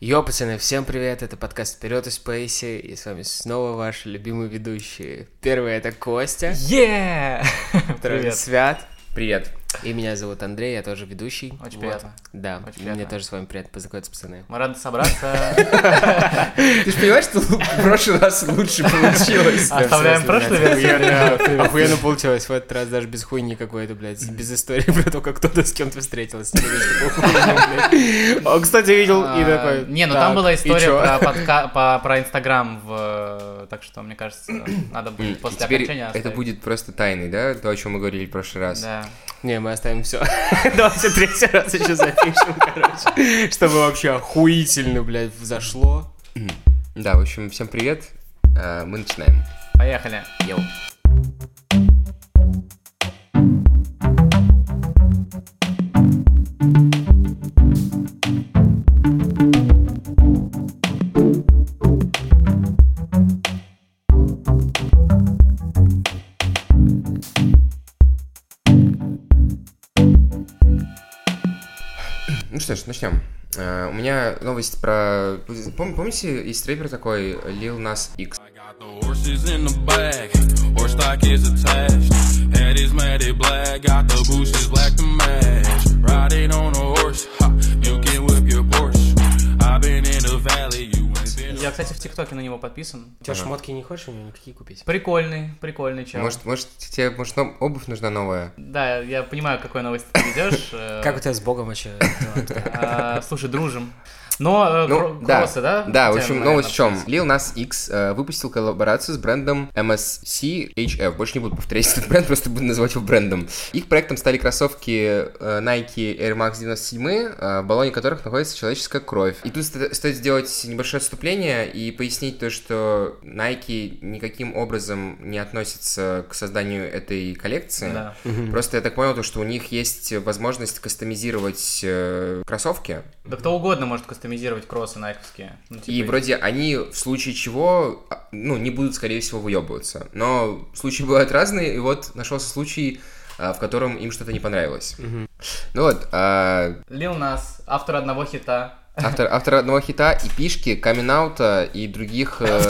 Йо, пацаны, всем привет, это подкаст «Вперед из Пейси», и с вами снова ваши любимые ведущие. Первый — это Костя, Еее! второй — это Привет. Свят, Привет. и меня зовут Андрей, я тоже ведущий. Очень Вот. приятно. Да, Очень мне приятно. тоже с вами приятно познакомиться, пацаны. Мы рады собраться. Ты же понимаешь, что в прошлый раз лучше получилось? А Оставляем прошлую Охуенно, версию. охуенно получилось, в этот раз даже без хуйни какой-то, блядь, без истории про то, как кто-то с кем-то встретился. О, кстати, видел и А, такой... Не, ну «Так, там была и история чё?» про подка- по- про Инстаграм, в, э, так что, мне кажется, надо будет И после теперь окончания это оставить. будет просто тайный, да? То, о чем мы говорили в прошлый раз. Да. Не, мы оставим все. Давайте третий раз еще запишем, короче. Чтобы вообще охуительно, блядь, взошло. Да, в общем, всем привет. А, Мы начинаем. Поехали. Йоу. Ну что ж, начнем. А, У меня новость про... Пом- Помните, есть рэпер такой, Lil Nas X? I got the horses in the back, horse stock is attached. Head is matted black, got the boots is black to match. Riding on a horse, ha, you can whip your Porsche. I've been in the valley, you ain't been. Я, кстати, в ТикТоке на него подписан. У тебя шмотки не хочешь у меня никакие купить? Прикольный, прикольный чел. Может, может, тебе, может, нам обувь нужна новая? Да, я понимаю, какой новость ты ведешь. э, Как у тебя с богом вообще? а, Слушай, дружим. Но э, Ну, кро- да. кроссы, да? Да, в Тема, общем, наверное, новость в чем? Lil Nas X э, выпустил коллаборацию с брендом MSCHF. Больше не буду повторять этот бренд, просто буду называть его брендом. Их проектом стали кроссовки э, Nike Air Max 97, э, в баллоне которых находится человеческая кровь. И тут сто- стоит сделать небольшое отступление и пояснить то, что Nike никаким образом не относится к созданию этой коллекции. Да. Просто я так понял, то, что у них есть возможность кастомизировать э, кроссовки. Да кто угодно может кастомизировать кроссы найковские. Ну, И типа, вроде они в случае чего, а, ну, не будут, скорее всего, выебываться. Но случаи бывают разные, и вот нашелся случай, а, в котором им что-то не понравилось. Ну вот, а, Лил Нас, автор одного хита. автор, автор одного хита и пишки, камин-аута и других, э,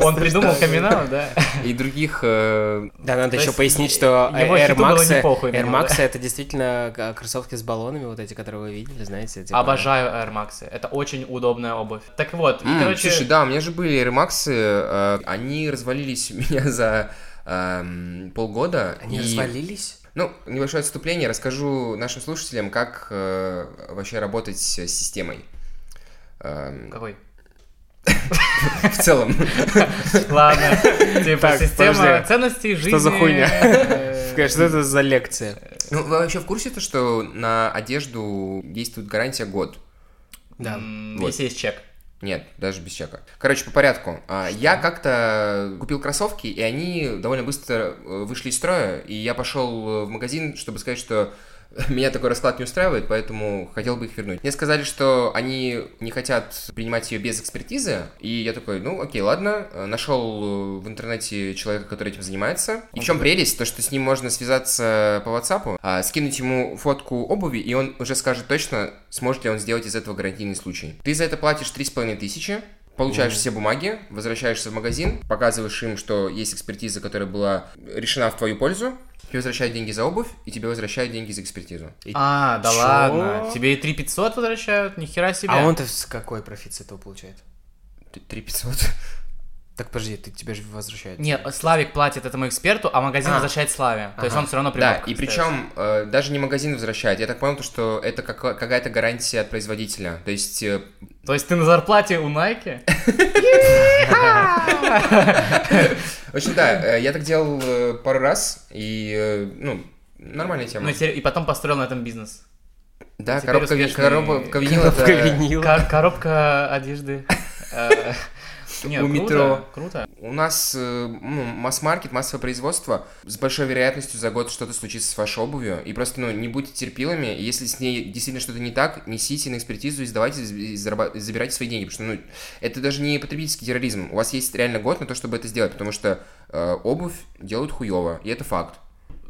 Он придумал камин да? и других э, Да, надо То еще есть пояснить, что э, его Air хиту было Max, не похуй на Air него, Max да? это действительно к- кроссовки с баллонами, вот эти, которые вы видели, знаете. типа- Обожаю Air Max. Это очень удобная обувь. Так вот, и, М, короче, Слушай, да, у меня же были Air Max'ы, э, они развалились у меня за эм, полгода. Они и- развалились? Ну, небольшое отступление. Расскажу нашим слушателям, как э, вообще работать с системой. Эм, какой? в целом. Ладно, типа Так, система подожди. ценностей жизни. за хуйня? э, Конечно, что это за лекция? Ну, вы вообще в курсе то, что на одежду действует гарантия год? Да. м, Вот. Если есть чек. Нет, даже без чека. Короче, по порядку. А, Я как-то купил кроссовки, и они довольно быстро э, вышли из строя, и я пошел э, в магазин, чтобы сказать, что меня такой расклад не устраивает, поэтому хотел бы их вернуть. Мне сказали, что они не хотят принимать ее без экспертизы, и я такой, ну окей, ладно. Э, Нашел э, в интернете человека, который этим занимается. И в чем прелесть? То, что с ним можно связаться по WhatsApp, а, скинуть ему фотку обуви, и он уже скажет точно, сможет ли он сделать из этого гарантийный случай. Ты за это платишь 3,5 тысячи, Получаешь все бумаги, возвращаешься в магазин, показываешь им, что есть экспертиза, которая была решена в твою пользу, тебе возвращают деньги за обувь, и тебе возвращают деньги за экспертизу. А, да Чё? ладно. Тебе и 3500 возвращают, нихера себе. А он-то с какой профит с этого получает? 3500. Так подожди, ты тебе же возвращают. Нет, Славик платит этому эксперту, а магазин А. возвращает Славе. То есть он все равно Да, прибавку и достаёт. причем э, даже не магазин возвращает. Я так понял, то, что это кака- какая-то гарантия от производителя. То есть э, То есть ты на зарплате у Найки? В общем, да, э, я так делал э, пару раз, и, э, ну, нормальная тема. Ну, те- и потом построил на этом бизнес. Да, теперь коробка, ви- успешный- коробка винила это- Кор- Коробка одежды. Э, Не, У круто, метро. Круто. У нас э, ну, масс-маркет, массовое производство. С большой вероятностью за год что-то случится с вашей обувью. И просто, ну, не будьте терпилами. И Если с ней действительно что-то не так, несите на экспертизу и сдавайте, и зараба- и забирайте свои деньги. Потому что, ну, это даже не потребительский терроризм. У вас есть реально год на то, чтобы это сделать. Потому что э, обувь делают хуево. И это факт.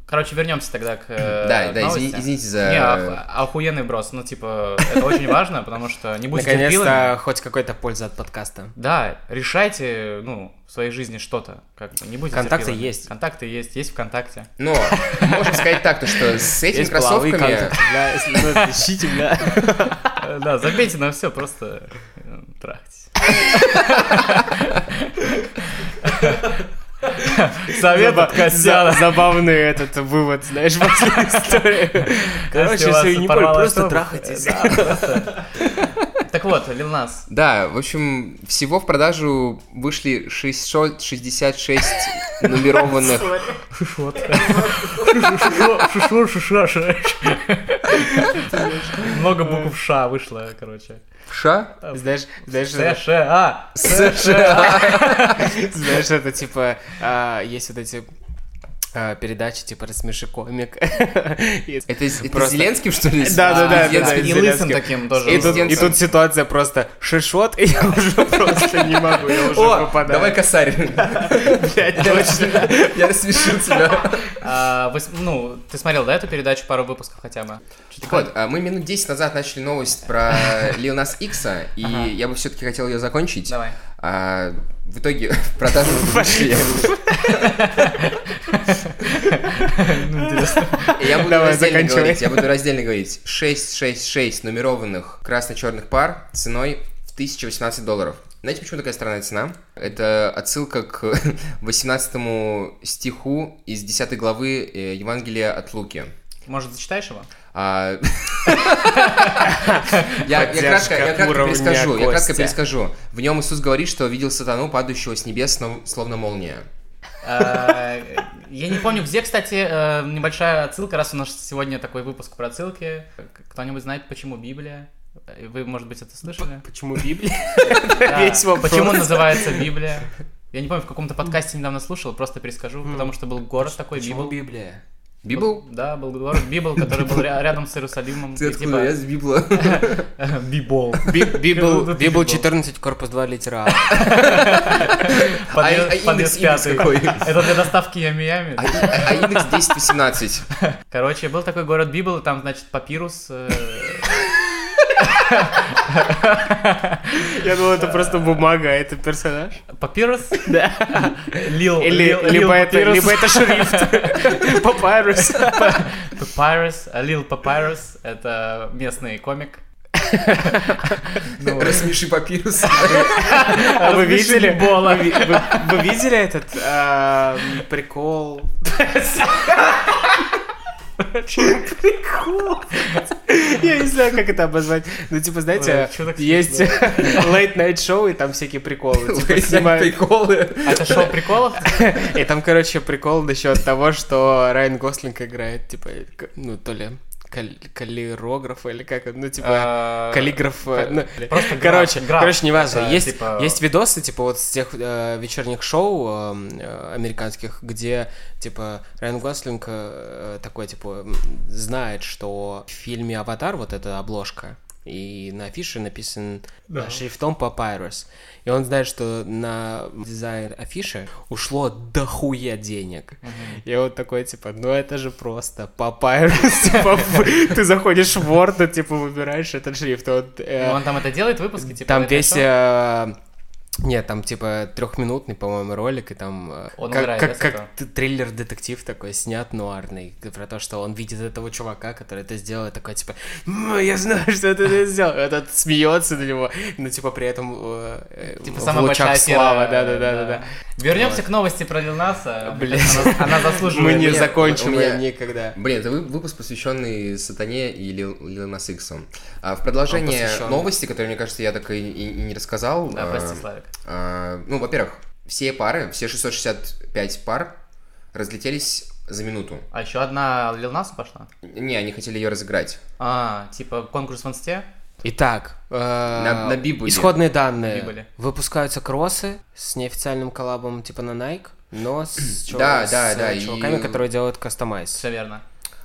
Короче, вернемся тогда к э, Да, да, новости. извини- извините за- Не, ох- охуенный брос. Ну, типа, это очень важно, потому что не будьте дебилами. Наконец-то хоть какая-то польза от подкаста. Да, решайте, ну, в своей жизни что-то. Как бы, не будете Контакты терпилами. есть. Контакты есть, есть ВКонтакте. Но можно сказать так, то, что с этими Есть половые кроссовками... контакты, бля, если надо, ищите, бля. Э, Да, забейте на все, просто э, трахтесь. Совет от Костяна. За- Забавный этот вывод, знаешь, после истории. Короче, Если у вас все, не порвало понял, просто автобус, трахайтесь. э, да, просто. Так вот, Лил Нас. Да, в общем, всего в продажу вышли 666 нумерованных... Шушот. Шушо, шушо, Много букв Ша вышло, короче. Ша? Знаешь, знаешь, Ш, Ш, А. знаешь, это типа, а, есть вот эти а, передачи типа «Рассмеши комик». И- Это, это Просто- с Зеленским, что ли? Да, да, да, да, да, И из лысым Зеленским. таким тоже. И тут, и Зеленским. тут ситуация просто шишот, и я уже просто не могу, я уже О, попадаю. давай косарь. Блядь, точно. Я рассмешил тебя. А, вось- Ну, ты смотрел, да, эту передачу пару выпусков хотя бы? Так вот, а, мы минут 10 назад начали новость про Lil Nas X, и я бы все-таки хотел ее закончить. Давай. А, в итоге в продажу вышли. Я буду Ну, Давай, раздельно заканчивай. говорить, я буду раздельно говорить. 666 нумерованных красно-черных пар ценой в 1018 долларов. Знаете, почему такая странная цена? Это отсылка к 18 стиху из 10 главы э, Евангелия от Луки. Может, зачитаешь его? А, Я я кратко я Поддержка кратко уровня перескажу. Я Костя. кратко перескажу. В нем Иисус говорит, что видел сатану, падающего с небес, но- словно молния. Э, Я не помню, где, кстати, э, небольшая отсылка, раз у нас сегодня такой выпуск про отсылки. Кто-нибудь знает, почему Библия? Вы, может быть, это слышали? Почему Библия? Да. Весь вопрос. Почему называется Библия? Я не помню, в каком-то подкасте недавно слушал, просто перескажу, потому что был город такой, Библ. Библия? Библ? Да, был город Библ, который был ря- рядом с Иерусалимом. и Ты типа- э, откуда? Я с Библа. Бибол. А, Библ, Библ. Библ 14, корпус 2, литера А. а Подъезд индекс- подъезд индекс пятый. какой? Это для доставки Ями-Ями. А и- а индекс 1018. Короче, был такой город Библ, там, значит, папирус. э, Я думал, это просто бумага, а это персонаж. Папирус? Да. Лил. Или лил- либо лил это папирус. либо это шрифт. Папайрус. Папирус. а Лил Папирус. Это местный комик. Ну, Рассмеши папирус. А вы видели? Бола. Вы, вы- вы видели этот а, прикол? Прикол. Я не знаю, как это обозвать. Ну, типа, знаете, Ой, чё так есть late-night шоу, и там всякие приколы. Типа, снимают... Приколы. Это шоу приколов? И там, короче, прикол насчет того, что Райан Гослинг играет, типа, к- ну, то ли кал- каллирографа или как, он, ну, типа, Э, каллиграф, э, ну, просто граф- короче, граф. короче, не важно, Это, есть, типа- есть видосы, типа, вот с тех э, вечерних шоу эм, э, американских, где, типа, Райан Гослинг э, такой, типа, м, знает, что в фильме «Аватар» вот эта обложка, и на афише написан э, шрифтом Papyrus. И он знает, что на дизайн афиши ушло дохуя денег. И он такой, типа, ну это же просто Papyrus. Типа, в- ты заходишь в Word, и, типа, выбираешь этот шрифт. и он, э, Ну, Он там это делает, выпуски? типа, Там это весь... шоу? э, Нет, там типа трехминутный, по-моему, ролик, и там э, Он как, умирает, как- да, с как этого? т- триллер-детектив такой снят нуарный, про то, что он видит этого чувака, который это сделал, и такой типа, «Ну, я знаю, что ты это сделал, И этот смеется на него, но типа при этом э, э, Типа в самая лучах большая слава, да-да-да-да. Вернемся к новости про Лил Наса. Мне Блин. кажется, Она, она Мы заслуживает. не у меня- закончим у меня- её никогда. Блин, это вы- выпуск, посвященный сатане и Лил Лил Нас Иксу. А, В продолжение посвящённый. новости, которые, мне кажется, я так и, и- и не рассказал. Да, а, прости, Славик. а, ну, во-первых, все пары, все 665 пар разлетелись за минуту. А еще одна Лил Нас пошла? Не, они хотели ее разыграть. А, типа конкурс в инсте? Итак, э, На- на Бибуле. исходные данные. Бибуле. Выпускаются кроссы с неофициальным коллабом типа на Nike, но с, чё- Да, с, да, да, э, и- чуваками, которые делают кастомайз. Все верно.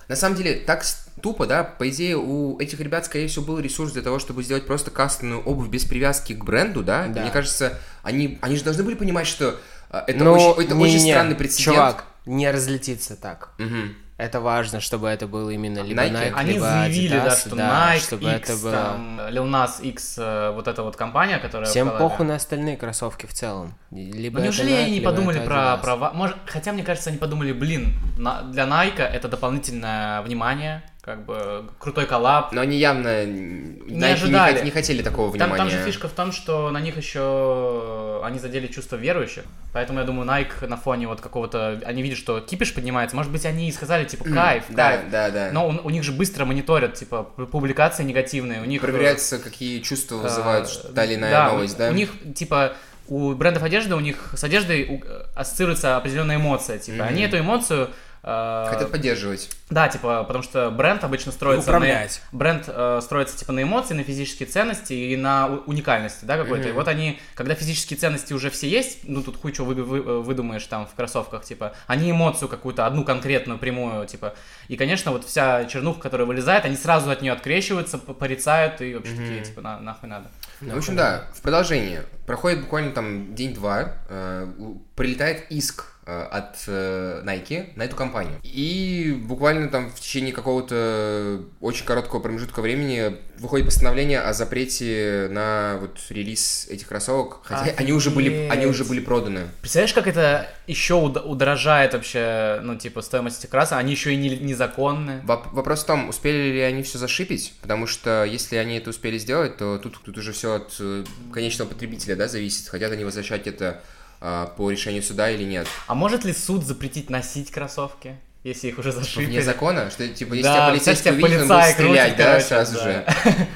На самом деле, так с- тупо, да, по идее, у этих ребят, скорее всего, был ресурс для того, чтобы сделать просто кастомную обувь без привязки к бренду, да? И Да. Мне кажется, они, они же должны были понимать, что э, это Ну, очень, это очень не-не-не, странный прецедент. Чувак, не разлетится так. Мгм. Это важно, чтобы это было именно либо Nike? Nike, Они либо заявили, Adidas, да, что да, Nike, чтобы X, это было... там, Lil Nas X, э, вот эта вот компания, которая... Всем в коллабе. похуй на остальные кроссовки в целом. Либо Ну неужели Типа, это Nike, они не либо подумали это про Adidas. права? Может, хотя мне кажется, они подумали, блин, на- для Nike это дополнительное внимание, как бы крутой коллаб. Но они явно не, не, ожидали. хот- не хотели такого Там, внимания. там же фишка в том, что на них еще они задели чувство верующих, поэтому я думаю, Nike на фоне вот какого-то, они видят, что кипиш поднимается, может быть, они и сказали типа кайф, ну, Да, кайф. да, да. Но у, у них же быстро мониторят типа пу- публикации негативные, у них э, Проверяется, какие чувства вызывают А, та или иная да, новость, у, да? У них, типа, у брендов одежды, у них с одеждой у- э, ассоциируется определенная эмоция. Типа, Мгм. они эту эмоцию. э, Хотят поддерживать. Да, типа, потому что бренд обычно строится Управлять. на бренд э, строится типа на эмоции, на физические ценности и на у- уникальности, да, какой-то. И Мгм. вот они, когда физические ценности уже все есть, ну тут хуй чего вы, вы- выдумаешь там в кроссовках, типа, они эмоцию какую-то одну конкретную прямую, типа. И конечно, вот вся чернуха, которая вылезает, они сразу от нее открещиваются, п- порицают и вообще такие, типа, на- нахуй надо. Ну, в общем, да, в продолжение. Проходит буквально там день-два, э, у- прилетает иск э, от э, Nike на эту компанию. И буквально там в течение какого-то очень короткого промежутка времени выходит постановление о запрете на вот релиз этих кроссовок, хотя они уже были, они уже были проданы. Представляешь, как это еще уд- удорожает вообще, ну, типа, стоимость этих красок? Они еще и не, незаконные. Воп- вопрос в том, успели ли они все зашипить, потому что если они это успели сделать, то тут, тут уже все от э, конечного потребителя, да, зависит, хотят они возвращать это а, по решению суда или нет. А может ли суд запретить носить кроссовки, если их уже зашили? Вне закона, что типа если Да, тебя представляешь, полицейский тебя увидит, он будет полицаи крутят, стрелять, да, короче, сразу да. же.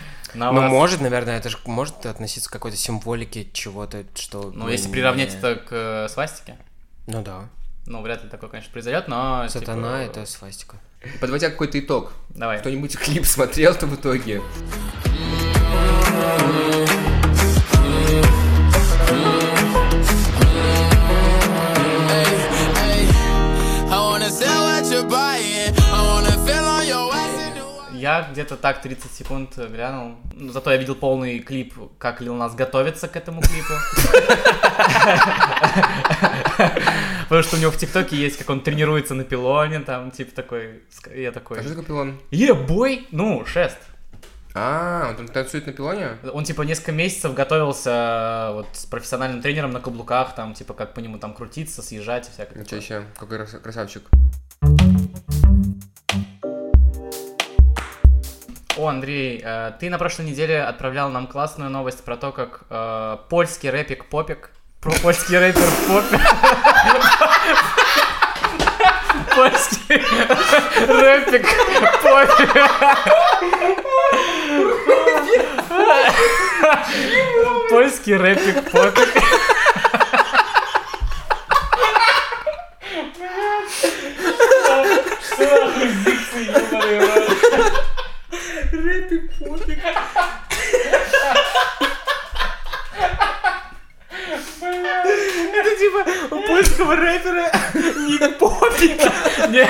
На Ну, вас. может, наверное, это же может относиться к какой-то символике чего-то, что... Ну, если не- приравнять это к э, свастике, Ну да. ну, вряд ли такое, конечно, произойдет, но... типа, Сатана — это свастика. Подводя какой-то итог, Давай. кто-нибудь клип смотрел-то в итоге? I wanna sell what you're buying. I wanna feel on your ass. Я где-то так 30 секунд э, глянул. Ну, Зато я видел полный клип, как Лил Нас готовится к этому клипу. Потому что у него в ТикТоке есть, как он тренируется на пилоне, там, типа такой... ск- Я такой... А что такое пилон? Е-бой! Ну, шест. А, он там танцует на пилоне? Он, типа, несколько месяцев готовился э, вот с профессиональным тренером на каблуках, там, типа, как по нему там крутиться, съезжать и всякое. Ничего такое. себе, какой крас- красавчик. О, Андрей, э, ты на прошлой неделе отправлял нам классную новость про то, как э, польский рэпик Попик... Про польский рэпер Попик... Польский рэпик Попик... Польский рэпик Попик... Это типа у польского рэпера ник Попик. Не,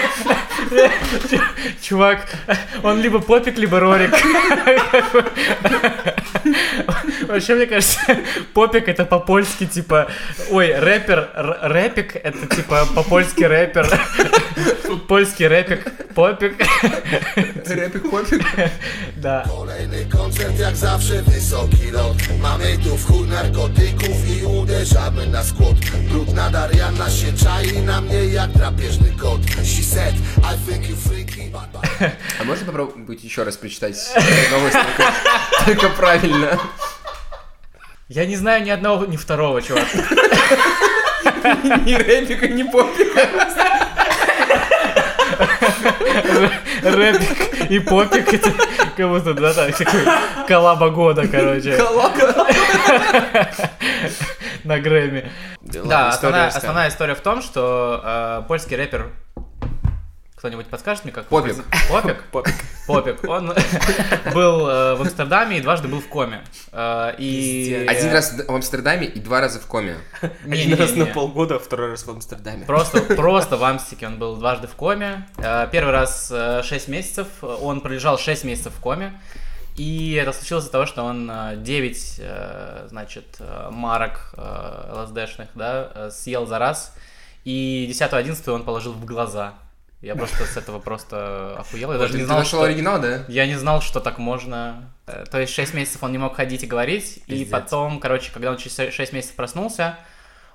не, ч- Чувак, он либо Попик, либо Рорик. Вообще, мне кажется, Попик это по-польски типа... Ой, рэпер, р- рэпик это типа по-польски рэпер. Польский рэпик, Попик. Рэпик Попик. Да. Kolejny koncert jak zawsze wysoki lot Mamy tu w chuj narkotyków i uderzamy na skłod Brudna Dariana się czai na mnie jak drapieżny kot She said, I think you freaky, but, but А можно попробовать еще раз прочитать новость только- только правильно? Я не знаю ни одного, ни второго, чувак. Ни рэпика, ни попика. Рэпик и попик, это как будто, да, так, такой коллаба года, короче, на Грэмми. Да, основная, основная история в том, что э, польский рэпер, кто-нибудь подскажет мне, как? его Попик. произ- Попик? Попик. Попик. Он был э, в Амстердаме и дважды был в коме. Э, и... Один раз в Амстердаме и два раза в коме. Не, Один не, раз не, на не. полгода, а второй раз в Амстердаме. Просто, просто в Амстике он был дважды в коме. Э, Первый раз 6 месяцев. Он пролежал 6 месяцев в коме. И это случилось из-за того, что он 9, значит, э, марок э, ЛСДшных, да, э, съел за раз. И 10-11 он положил в глаза. Я просто с этого просто охуел. Я Ты, даже не ты знал, нашел что... оригинал, да? Я не знал, что так можно. Э, То есть 6 месяцев он не мог ходить и говорить. И Пиздец. потом, короче, когда он через 6 месяцев проснулся,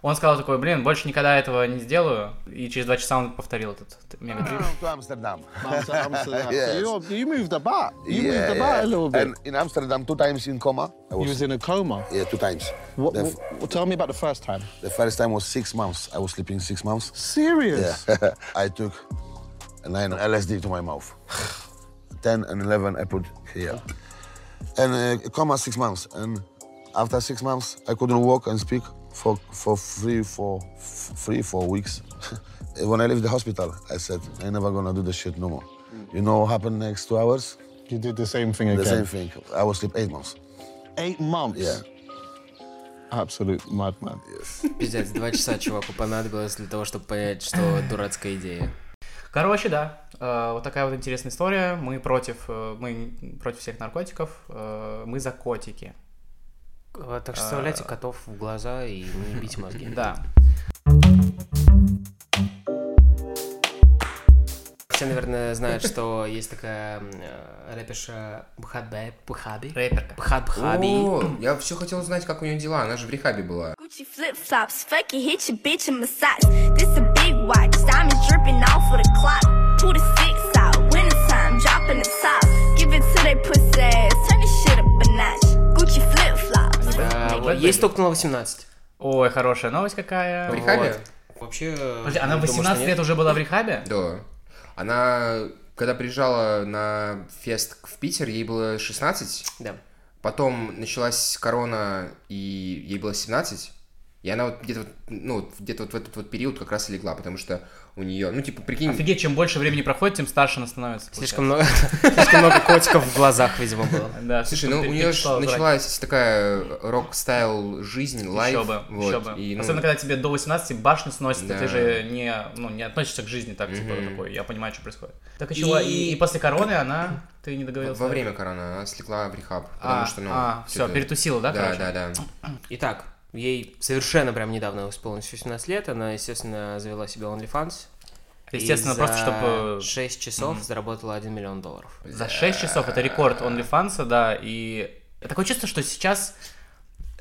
он сказал такой, блин, больше никогда этого не сделаю. И через 2 часа он повторил этот мегатрип. to Amsterdam. Amsterdam, Amsterdam. Yes. So you, you moved about. You Yeah, moved yeah. about a little bit. And in Amsterdam, two times in coma. I you was, was in a coma. yeah, two times. What, the, f- what, tell me about the first time. the first time was six months. I was sleeping six months. Serious? I took a nine LSD to my mouth. Ten and eleven I put here. And uh, coma six months. And after six months, I couldn't walk and speak for for three, four, f- three, four weeks. when I left the hospital, I said, i never gonna do this shit no more. You know what happened next two hours? You did the same thing again. The same thing. I was sleep eight months. Eight months. Yeah. Absolute madman. Пиздец, два часа чуваку понадобилось для того, чтобы понять, что дурацкая идея. Короче, да. Э, Вот такая вот интересная история. Мы против, э, мы против всех наркотиков. Э, Мы за котики. Так что вставляйте котов в глаза и не бейте мозги. Да. Все, наверное, знают, что есть такая м, э, рэперша Бхадбе, Бхаби. Рэперка. Бхад Бхаби. О, я все хотел узнать, как у нее дела. Она же в рехабе была. Gucci flip flops, fuck it, hit your bitch in my socks. This a big watch, diamonds dripping off of the clock. Two to six out, winter time, dropping the top. Give it to they pussy ass, turn this shit up a notch. Gucci flip flops. А, Бхад Ей Бэби. стукнуло 18. Ой, хорошая новость какая. В рехабе? Вот. Вообще... Подожди, Она в 18 лет уже была в рехабе? Да. Она, когда приезжала на фест в Питер, ей было 16. Да. Потом началась корона, и ей было 17. И она вот где-то вот, ну, вот где-то вот в этот вот период как раз и легла, потому что у нее, ну, типа, прикинь, Офигеть, чем больше времени проходит, тем старше она становится. Слишком много, слишком много котиков в глазах, видимо, было. Да, Слушай, слишком ну ты- у ты нее перестала же жрать. началась такая рок-стайл жизнь, лайф. Еще бы, вот, еще бы. и, ну, Особенно, когда тебе до 18 башню сносит, и Да. ты же не, ну, не относишься к жизни так, типа, такой, я понимаю, что происходит. Так и чего, И- и, и после короны она, ты не договорился? во да? время короны она слегла в рехаб, потому а, что, ну... а, все, всё-таки- перетусила, да, Да, короче? да, да. Итак, ей совершенно прям недавно исполнилось 18 лет. Она, естественно, завела себе OnlyFans. Естественно, И просто за чтобы- 6 часов заработала 1 миллион долларов. За 6 часов, это рекорд OnlyFans, да, и такое чувство, что сейчас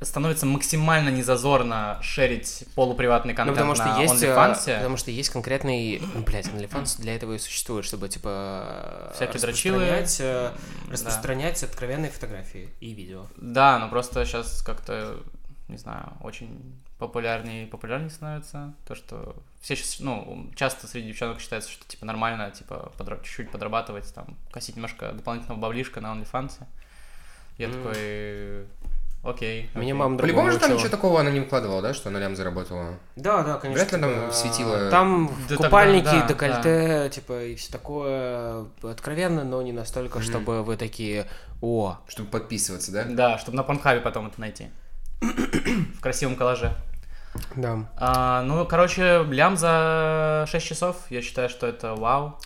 становится максимально незазорно шерить полуприватный Ну, контент потому что на есть... э, OnlyFans. Потому что есть конкретный... Ну, блядь, OnlyFans для этого и существует, чтобы, типа... э, Всякие дрочилы. распространять, э, Да. Распространять откровенные фотографии и видео. Да, но просто сейчас как-то, не знаю, очень популярнее и популярнее становится. То, что все сейчас, ну, часто среди девчонок считается, что, типа, нормально, типа, подра- чуть-чуть подрабатывать, там, косить немножко дополнительного баблишка на OnlyFans. Я такой, окей. Меня окей». мама другому По-любому же там учила. ничего такого она не выкладывала, да, что она лям заработала? Да, да, конечно. Вряд ли там типа, светило- Там в Да, купальнике, тогда, да, декольте, типа, и все такое э, откровенно, но не настолько, чтобы вы такие, о, Чтобы подписываться, да? Да, чтобы на Порнхабе потом это найти. В красивом коллаже. да. А, ну, короче, лям за 6 часов, я считаю, что это вау.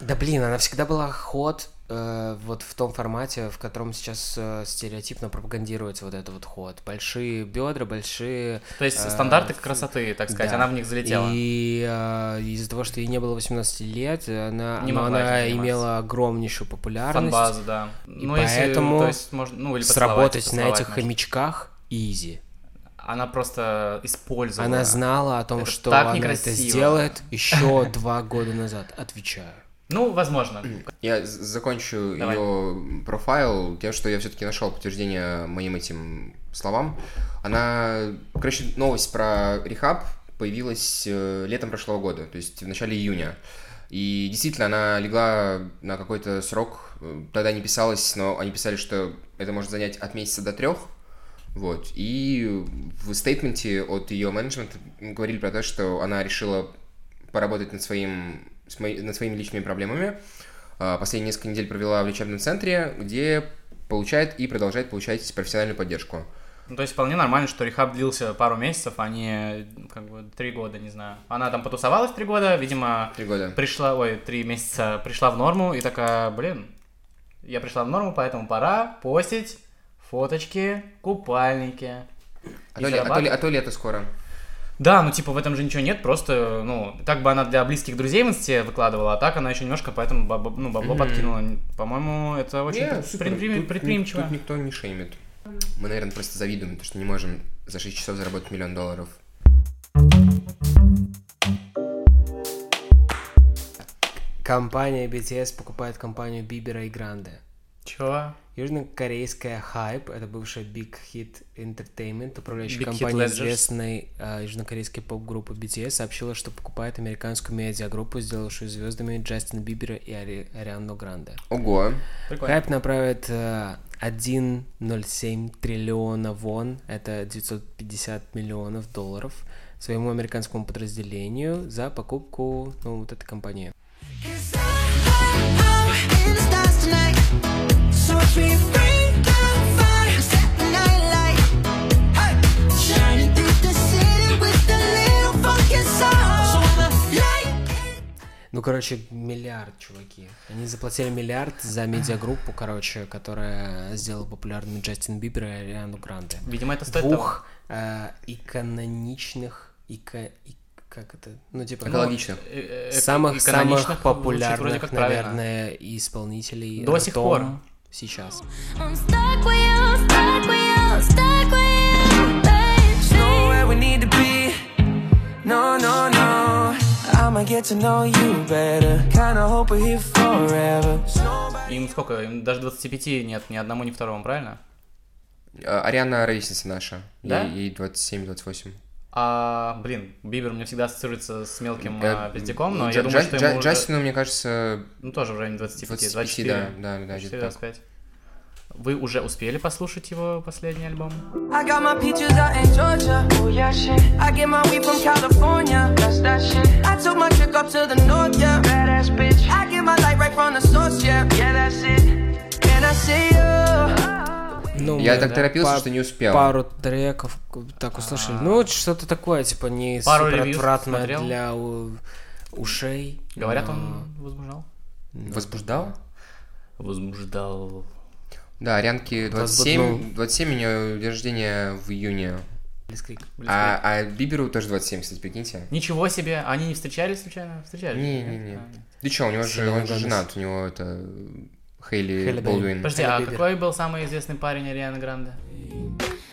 Да блин, она всегда была ход э, вот в том формате, в котором сейчас э, стереотипно пропагандируется вот этот вот ход. Большие бедра, большие... То есть э, стандарты красоты, так сказать, да. она в них залетела. И э, из-за того, что ей не было 18 лет, она, Не но могла этим она заниматься. имела огромнейшую популярность. Фанбазу, да. Ну, поэтому если, то есть, можно, ну, или Сработать поцеловать, на поцеловать этих можно. хомячках изи. Она просто использовала. Она знала о том, Это что так она это некрасиво. сделает еще два года назад. Отвечаю. Ну, возможно. Я з- закончу Давай. ее профайл тем, что я все-таки нашел подтверждение моим этим словам. Она, короче, новость про рехаб появилась э, летом прошлого года, то есть в начале июня. И действительно, она легла на какой-то срок. э, Тогда не писалось, но они писали, что это может занять от месяца до трех. Вот. И в стейтменте от ее менеджмента говорили про то, что она решила поработать над, своим, с мои- над своими личными проблемами. А, Последние несколько недель провела в лечебном центре, где получает и продолжает получать профессиональную поддержку. Ну, то есть, вполне нормально, что рехаб длился пару месяцев, а не как бы три года, не знаю. Она там потусовалась три года, видимо, Три года. пришла, ой, три месяца пришла в норму и такая, блин, я пришла в норму, поэтому пора постить фоточки, купальники. И А то, ли, а то ли- зарабатывать. а то ли это скоро. Да, ну типа в этом же ничего нет, просто, ну, так бы она для близких друзей в инсте выкладывала, а так она еще немножко поэтому баб- ну, бабло подкинула. По-моему, это очень Не, пред- супер. предприм- Тут- предприимчиво. Тут никто не шеймит. Мы, наверное, просто завидуем, то, что не можем за 6 часов заработать миллион долларов. Компания BTS покупает компанию Бибера и Гранде. Чего? Южнокорейская Hype, это бывшая Big Hit Entertainment, управляющая Big Hit компания Ledgers. известной а, южнокорейской поп-группы BTS, сообщила, что покупает американскую медиагруппу, сделавшую звездами Джастина Бибера и Ари... Ариану Гранде. Ого. Прикольно. Хайп направит э, 1,07 триллиона вон, это 950 миллионов долларов, своему американскому подразделению за покупку ну, вот этой компании. Ну, короче, миллиард, чуваки. Они заплатили миллиард за медиагруппу, короче, которая сделала популярными Джастин Бибера и Ариану Гранде. Видимо, это стоит того. Двух э, икононичных, ико, и- как это, ну, типа... Экологично. Э, э, самых экономичных самых звучит вроде как популярных, правильно. наверное, исполнителей До сих ртом пор. сейчас. I'm stuck with you, stuck with you, stuck with you, babe. where we need to be. No, no, no. I'ma get to know you better. Kinda hope we're here forever. Им сколько? Им даже 25 нет ни одному, ни второму, правильно? А, Ариана ровесница наша. Да? Ей, ей 27-28. А, блин, Бибер мне всегда ассоциируется с мелким Э, а, пиздяком, но Джа- я думаю, Джа- что Джа- ему уже- Джастину, мне кажется, Ну, тоже в районе 25, 25, 24. да, да, да, 24, где-то так. 25. Вы уже успели послушать его последний альбом? I got my peaches out in Georgia. Oh yeah, shit. I get my weed from California. That's that shit. I took my trip up to the north, yeah. Badass bitch. I get my light right from the source, yeah. Yeah, that's it. And I see you. Ну, Я мы, так да, торопился, пар- что не успел. Пару треков к- так услышали. Ну, вот что-то такое, типа, не Пару супер ревьюс отвратное смотрел? для у- ушей. Говорят, но- он А. возбуждал. Возбуждал? Возбуждал. Да, Арианке Возбуднул. 27. 27 у нее день рождения в июне. Блицкриг. А, а Биберу тоже 27, кстати, прикиньте. Ничего себе, они не встречались случайно? Встречались? Не-не-не. А, нет. Ты чё, у него же, Селена он же Гомес. женат, у него это... Хейли Хейли Бейли. Болдуин. Подожди, Хелли а Бибер. какой был самый известный парень Арианы Гранде?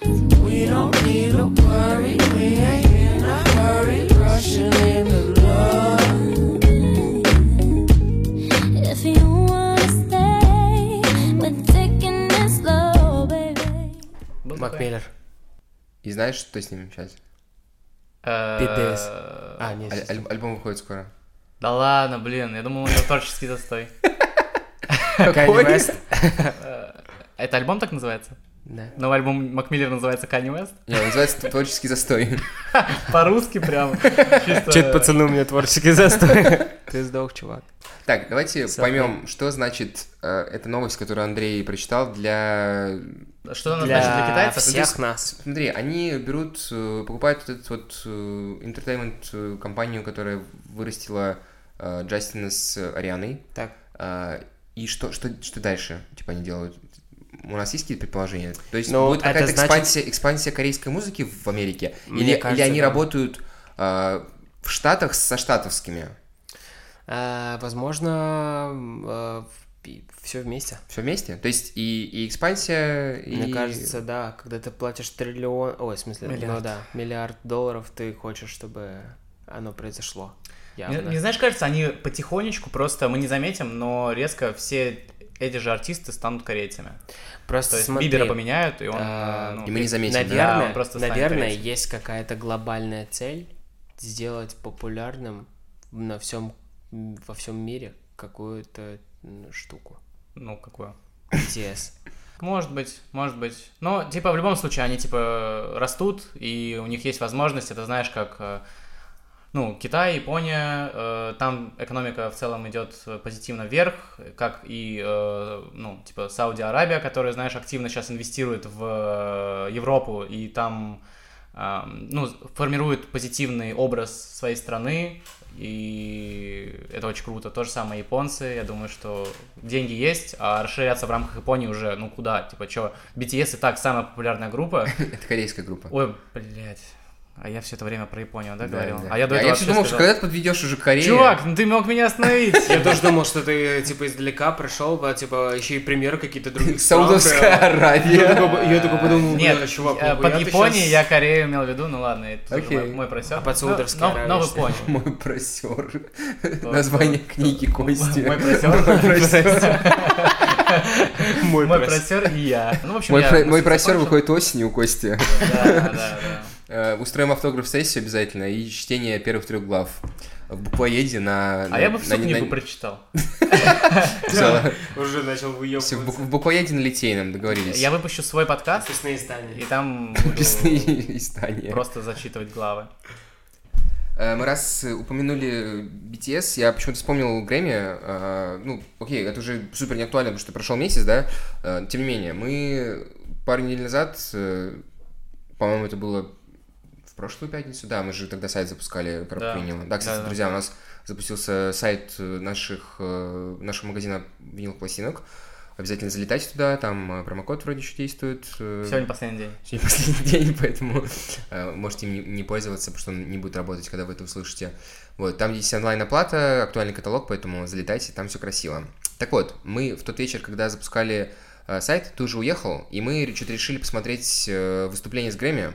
We don't need to worry. We ain't in a hurry. Rushing into love. If you wanna stay, we're taking it slow, baby. Был Мак такой? Миллер. И знаешь, что с ним сейчас? Э, BTS. А, нет. Аль- аль- альбом выходит скоро. Да ладно, блин, я думал, у него творческий застой. Kanye West? Это альбом так называется? Да. Новый альбом Мак Миллера называется Kanye West? Не, он называется «Творческий застой». По-русски прям. чисто. Чё-то, пацаны, у меня творческий застой. Ты сдох, чувак. Так, давайте поймем, что значит э, эта новость, которую Андрей прочитал для... Что она значит Ну, для китайцев? всех нас. Смотри, они берут, э, покупают вот эту вот интертеймент компанию, которая вырастила э, Джастина с Арианой. Так. А, и что, что, что дальше? Типа они делают? У нас есть какие-то предположения? То есть Ну, будет это какая-то значит- экспансия, экспансия корейской музыки в Америке? Мне или, кажется, или они да. работают а, в Штатах со штатовскими? Э, Возможно, э, все вместе. Все вместе? То есть и, и экспансия, и... Мне кажется, да, когда ты платишь триллион, ой, в смысле, ну Миллиард. да, миллиард долларов, ты хочешь, чтобы оно произошло. Не, Явно. не знаешь, кажется, они потихонечку просто, мы не заметим, но резко все эти же артисты станут корейцами. То Просто есть смотри, Бибера поменяют, и он... а, э, ну, И мы не заметим, да? Да, наверное, он просто станет наверное, корейцем. есть какая-то глобальная цель сделать популярным на всем во всем мире какую-то м, штуку. Ну, какое? BTS. Может быть, может быть. Но, типа, в любом случае, они, типа, растут, и у них есть возможность, это знаешь, как, э, ну, Китай, Япония, э, там экономика в целом идет э, позитивно вверх, как и, э, ну, типа, Сауди-Арабия, которая, знаешь, активно сейчас инвестирует в э, Европу, и там, э, ну, формирует позитивный образ своей страны, и это очень круто. То же самое японцы. Я думаю, что деньги есть, а расширяться в рамках Японии уже, ну куда? Типа, чё? BTS и так самая популярная группа. Это корейская группа. Ой, блядь. А я все это время про Японию, да, Да, говорил? да. А я до этого все вообще думал, что сказал, когда ты подведешь уже к Э. Корее... Чувак, ну ты мог меня остановить. Я тоже думал, что ты, типа, издалека пришел, а, типа, еще и примеры какие-то других стран. Саудовская Я Аравия. такой, я такой подумал, Нет, бля, чувак, э, ну, под я-то Японией щас- я Корею имел в виду, ну ладно, это тоже Окей. мой- мой просёк. А под Саудовской Ну, но- Аравией Но вы что? поняли. Мой просер. Название книги Кости. Мой просёр. Мой просер. Мой просёр и я. Ну, в общем, Мой я про- мысль Мой просер закончил. выходит осенью у Кости. Да, да, да. Э, Устроим автограф-сессию обязательно и чтение первых трех глав. В буквоеде на... А я бы всю книгу прочитал. прочитал. Уже начал Все, в, бук- выебываться. в буквоеде на литейном договорились. Я выпущу свой подкаст, Писные стали. и там Песные буду издания. просто зачитывать главы. Э, Мы раз э, упомянули BTS, я почему-то вспомнил Грэмми. э, Ну, окей, это уже супер не актуально, потому что прошел месяц, да? Э, Тем не менее, мы пару недель назад, э, по-моему, это было в прошлую пятницу, да, мы же тогда сайт запускали, Да. коробку винила. Да, кстати, Да-да. друзья, у нас запустился сайт э, наших, э, нашего магазина виниловых пластинок. Обязательно залетайте туда, там э, промокод вроде еще действует. э, Сегодня последний день. Сегодня последний день, поэтому э, можете им не- не пользоваться, потому что он не будет работать, когда вы это услышите. Вот, там есть онлайн-оплата, актуальный каталог, поэтому залетайте, там все красиво. Так вот, мы в тот вечер, когда запускали э, сайт, ты уже уехал, и мы ре- что-то решили посмотреть э, выступление с Грэмми.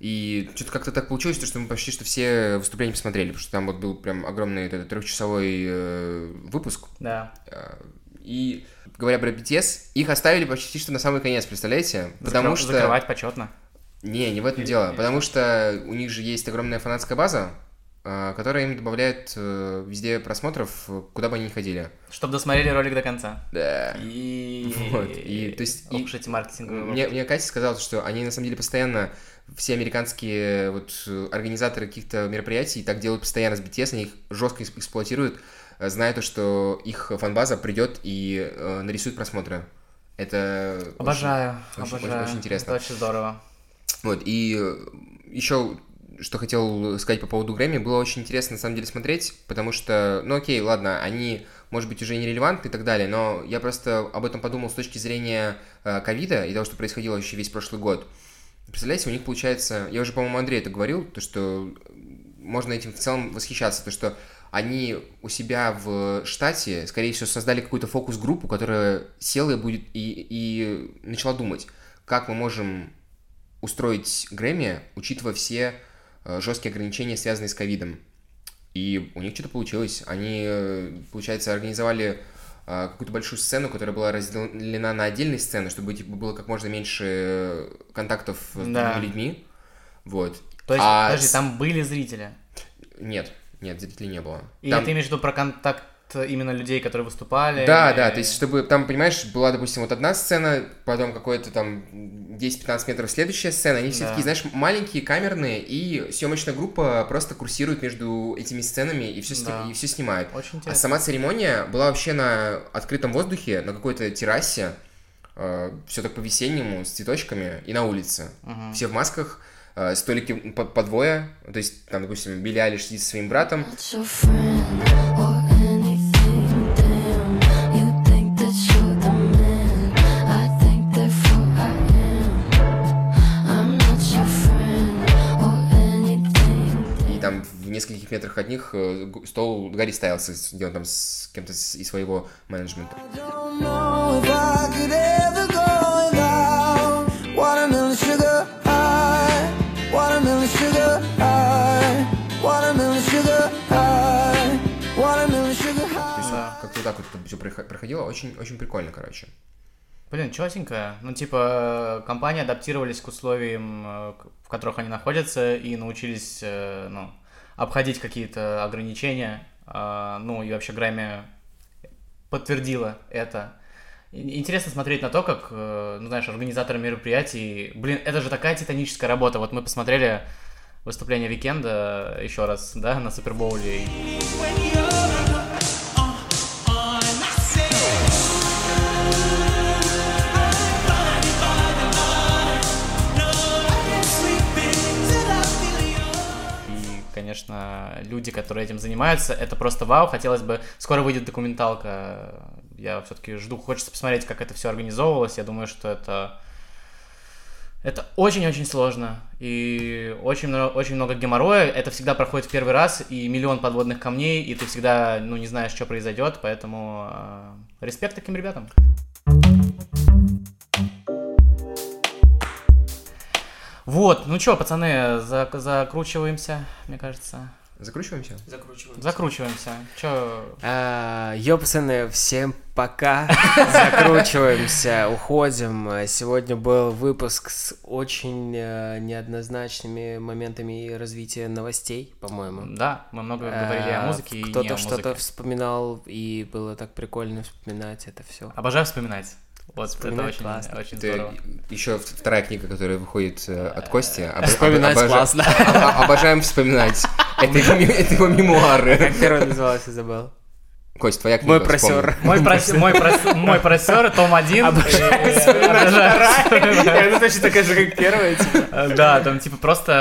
И что-то как-то так получилось, то, что мы почти что все выступления посмотрели, потому что там вот был прям огромный вот этот трехчасовой э, выпуск, Да. Э, И говоря про BTS, их оставили почти что на самый конец, представляете? Потому Закры- что... Закрывать почетно. Не, не в этом дело. Потому что у них же есть огромная фанатская база, э, которая им добавляет э, везде просмотров, э, куда бы они ни ходили. Чтобы досмотрели ролик до конца. Да. И... Вот, и, то есть, и- Улучшите маркетинговую Мне, мне Катя сказала, что они на самом деле постоянно, все американские вот э, организаторы каких-то мероприятий так делают постоянно с BTS, они их жестко экс- эксплуатируют, э, зная то, что их фанбаза придет и э, нарисует просмотры. Это очень- Обожаю, очень- обожаю. очень интересно. Это очень здорово. Вот, и еще что хотел сказать по поводу Грэмми, было очень интересно на самом деле смотреть, потому что, ну окей, ладно, они, может быть, уже и нерелевантны и так далее, но я просто об этом подумал с точки зрения э, ковида и того, что происходило еще весь прошлый год. Представляете, у них получается, я уже, по-моему, Андрей это говорил, то, что можно этим в целом восхищаться, то, что они у себя в штате, скорее всего, создали какую-то фокус-группу, которая села и будет и, и начала думать, как мы можем устроить Грэмми, учитывая все э, жесткие ограничения, связанные с ковидом. И у них что-то получилось. Они, э, получается, организовали э, какую-то большую сцену, которая была разделена на отдельные сцены, чтобы типа, было как можно меньше э, контактов с другими Да. людьми. Вот. То есть, А подожди, с- там были зрители. Нет, нет, зрителей не было. И Там- ты имеешь в виду про контакт именно людей, которые выступали? Да, или- да, то есть, чтобы там, понимаешь, была, допустим, вот одна сцена, потом какой-то там 10-15 метров следующая сцена, они все Да. такие, знаешь, маленькие, камерные, и съемочная группа просто курсирует между этими сценами и все, Да. и все снимает. Очень А интересно. сама церемония была вообще на открытом воздухе, на какой-то террасе, все так по-весеннему, с цветочками, и на улице. Все в масках, э, столики по, по двое, то есть, там, допустим, Билли Алиш сидит со своим братом, Not your friend or anything, damn. You think that you're the man. I think therefore I am. I'm not your friend or anything. И там в нескольких метрах от них э, г- стол Гарри Стайлса, где он там с кем-то с- из своего менеджмента. Don't know if I could ever go without watermelon sugar high, watermelon sugar high, watermelon sugar high, watermelon sugar high. То есть вот как-то вот так вот все проходило, очень, очень прикольно, короче. Блин, чётенько. Ну, типа, э, компании адаптировались к условиям, э, к- в которых они находятся, и научились, э, ну, обходить какие-то ограничения. А, Ну, и вообще Грэмми подтвердила это. И- Интересно смотреть на то, как, э, ну, знаешь, организаторы мероприятий... Блин, это же такая титаническая работа. Вот мы посмотрели выступление Викенда еще раз, да, на Супербоуле. и- И, конечно, люди, которые этим занимаются, это просто вау. Хотелось бы... Скоро выйдет документалка. Я все-таки жду. Хочется посмотреть, как это все организовывалось. Я думаю, что это... Это очень-очень сложно. И очень, мно- очень много геморроя. Это всегда проходит в первый раз, и миллион подводных камней, и ты всегда, ну, не знаешь, что произойдет, поэтому э, респект таким ребятам. Вот, ну чё, пацаны, зак- закручиваемся, мне кажется. Закручиваемся? Закручиваемся. Чё, А, Йо, пацаны, всем пока. Закручиваемся, уходим. А, Сегодня был выпуск с очень э, неоднозначными моментами развития новостей, по-моему. Ну да, мы много говорили А, о музыке и не о Кто-то музыке. что-то вспоминал, и было так прикольно вспоминать это все. Обожаю вспоминать. Вот, Вспоминать это очень, классно. очень Это здорово. еще вторая книга, которая выходит э, от Кости. Об- Вспоминать обожа- классно. о- о- Обожаем вспоминать. Это его ми- это его мемуары. Как первая называлась, я забыл. Кость, твоя Мой книга. вспомни. просер. Мой, прос... мой, прос- мой просер, том э, 1. Она точно такая же, как первая. Да, там типа просто,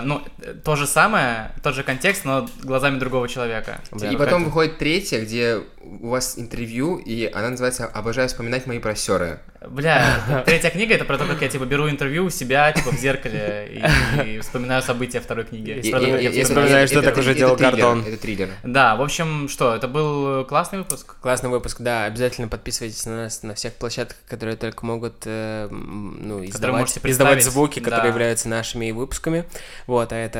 э, ну, э, то же самое, тот же контекст, но глазами другого человека. Типа И потом выходит третья, где у вас интервью, и она называется «Обожаю вспоминать мои просеры». Бля, третья книга это про то, как я типа беру интервью у себя, типа в зеркале, и, и вспоминаю события второй книги. И- и- Про то, как и- я это- вспоминаю, вспоминаю. это- что так это- уже это делал триллер, Гордон. Это триллер. Да, в общем, что, это был классный выпуск. Классный выпуск, да. Обязательно подписывайтесь на нас на всех площадках, которые только могут э, м, ну, издавать, можете издавать представить, звуки, да. которые являются нашими выпусками. Вот, а это...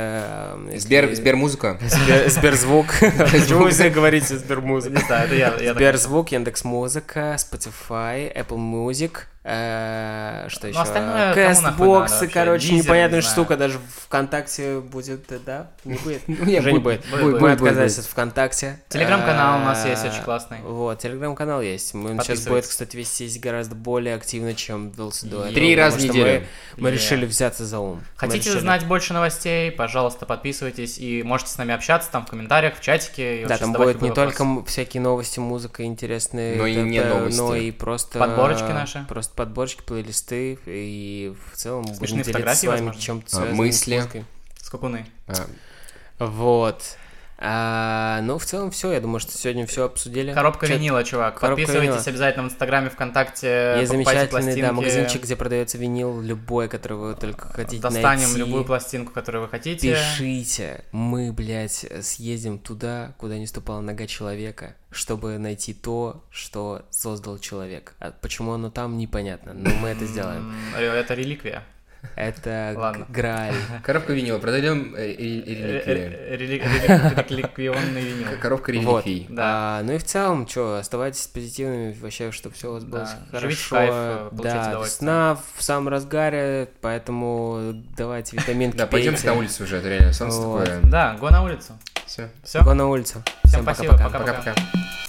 э, Сбер, э, Сбермузыка. Сбер- Сберзвук. Почему вы все говорите Сбермузыка? Не знаю, это я, я так- Сберзвук, Яндекс Музыка, Spotify, Apple Music, э, что Ну, еще? остальное кому нахуй надо вообще? короче, Deezer, непонятная не знаю. штука, даже ВКонтакте будет, э, да? Не будет? не, Уже не будет. будет, будет, Мы будет, отказались будет. от ВКонтакте. Телеграм-канал у нас Э, есть очень классный. Вот, телеграм-канал есть. Он сейчас Подписывайтесь. будет, кстати, вестись граза более активно, чем велся до этого. Три потому раза в что неделю. Мы, мы Yeah. решили взяться за ум. Мы Хотите решили. знать больше новостей, пожалуйста, подписывайтесь и можете с нами общаться там в комментариях, в чатике. и Да, вообще там задавать будет любой не вопрос. только м- всякие новости, музыка интересные, Но и т.п., не новости. но и просто Подборочки наши. просто подборочки, плейлисты и в целом Смешные будем делиться с фотографии, вами возможно. чем-то А, связанным с мысли. музыкой. Скукуны. А, Вот. А, ну, в целом все. Я думаю, что сегодня все обсудили. Коробка Чё- винила, чувак. Коробка Подписывайтесь винила. обязательно в Инстаграме, ВКонтакте. Есть покупайте замечательный да, пластинки. магазинчик, где продается винил любой, который вы только хотите Достанем найти. любую пластинку, которую вы хотите. Пишите, мы, блядь, съездим туда, куда не ступала нога человека, чтобы найти то, что создал человек. А почему оно там, непонятно, но мы это сделаем. М, э, Это реликвия. Это Ладно. г- Грааль. Коробка винила. Продаем э, э, рели- Ре- реликвии. ре- э, рели- рели- Реликвионный винил. Коробка Вот. реликвий. А, ну и в целом, что, оставайтесь позитивными, вообще, чтобы все у вас было Да, хорошо. живите в кайф, э, получайте да, удовольствие. весна в самом разгаре, поэтому давайте витаминки Да, пойдемте пейте. на улицу уже, это реально солнце Вот. такое. Да, го на улицу. Все, Все. Го на улицу. Всем спасибо. пока-пока. Пока-пока. пока-пока.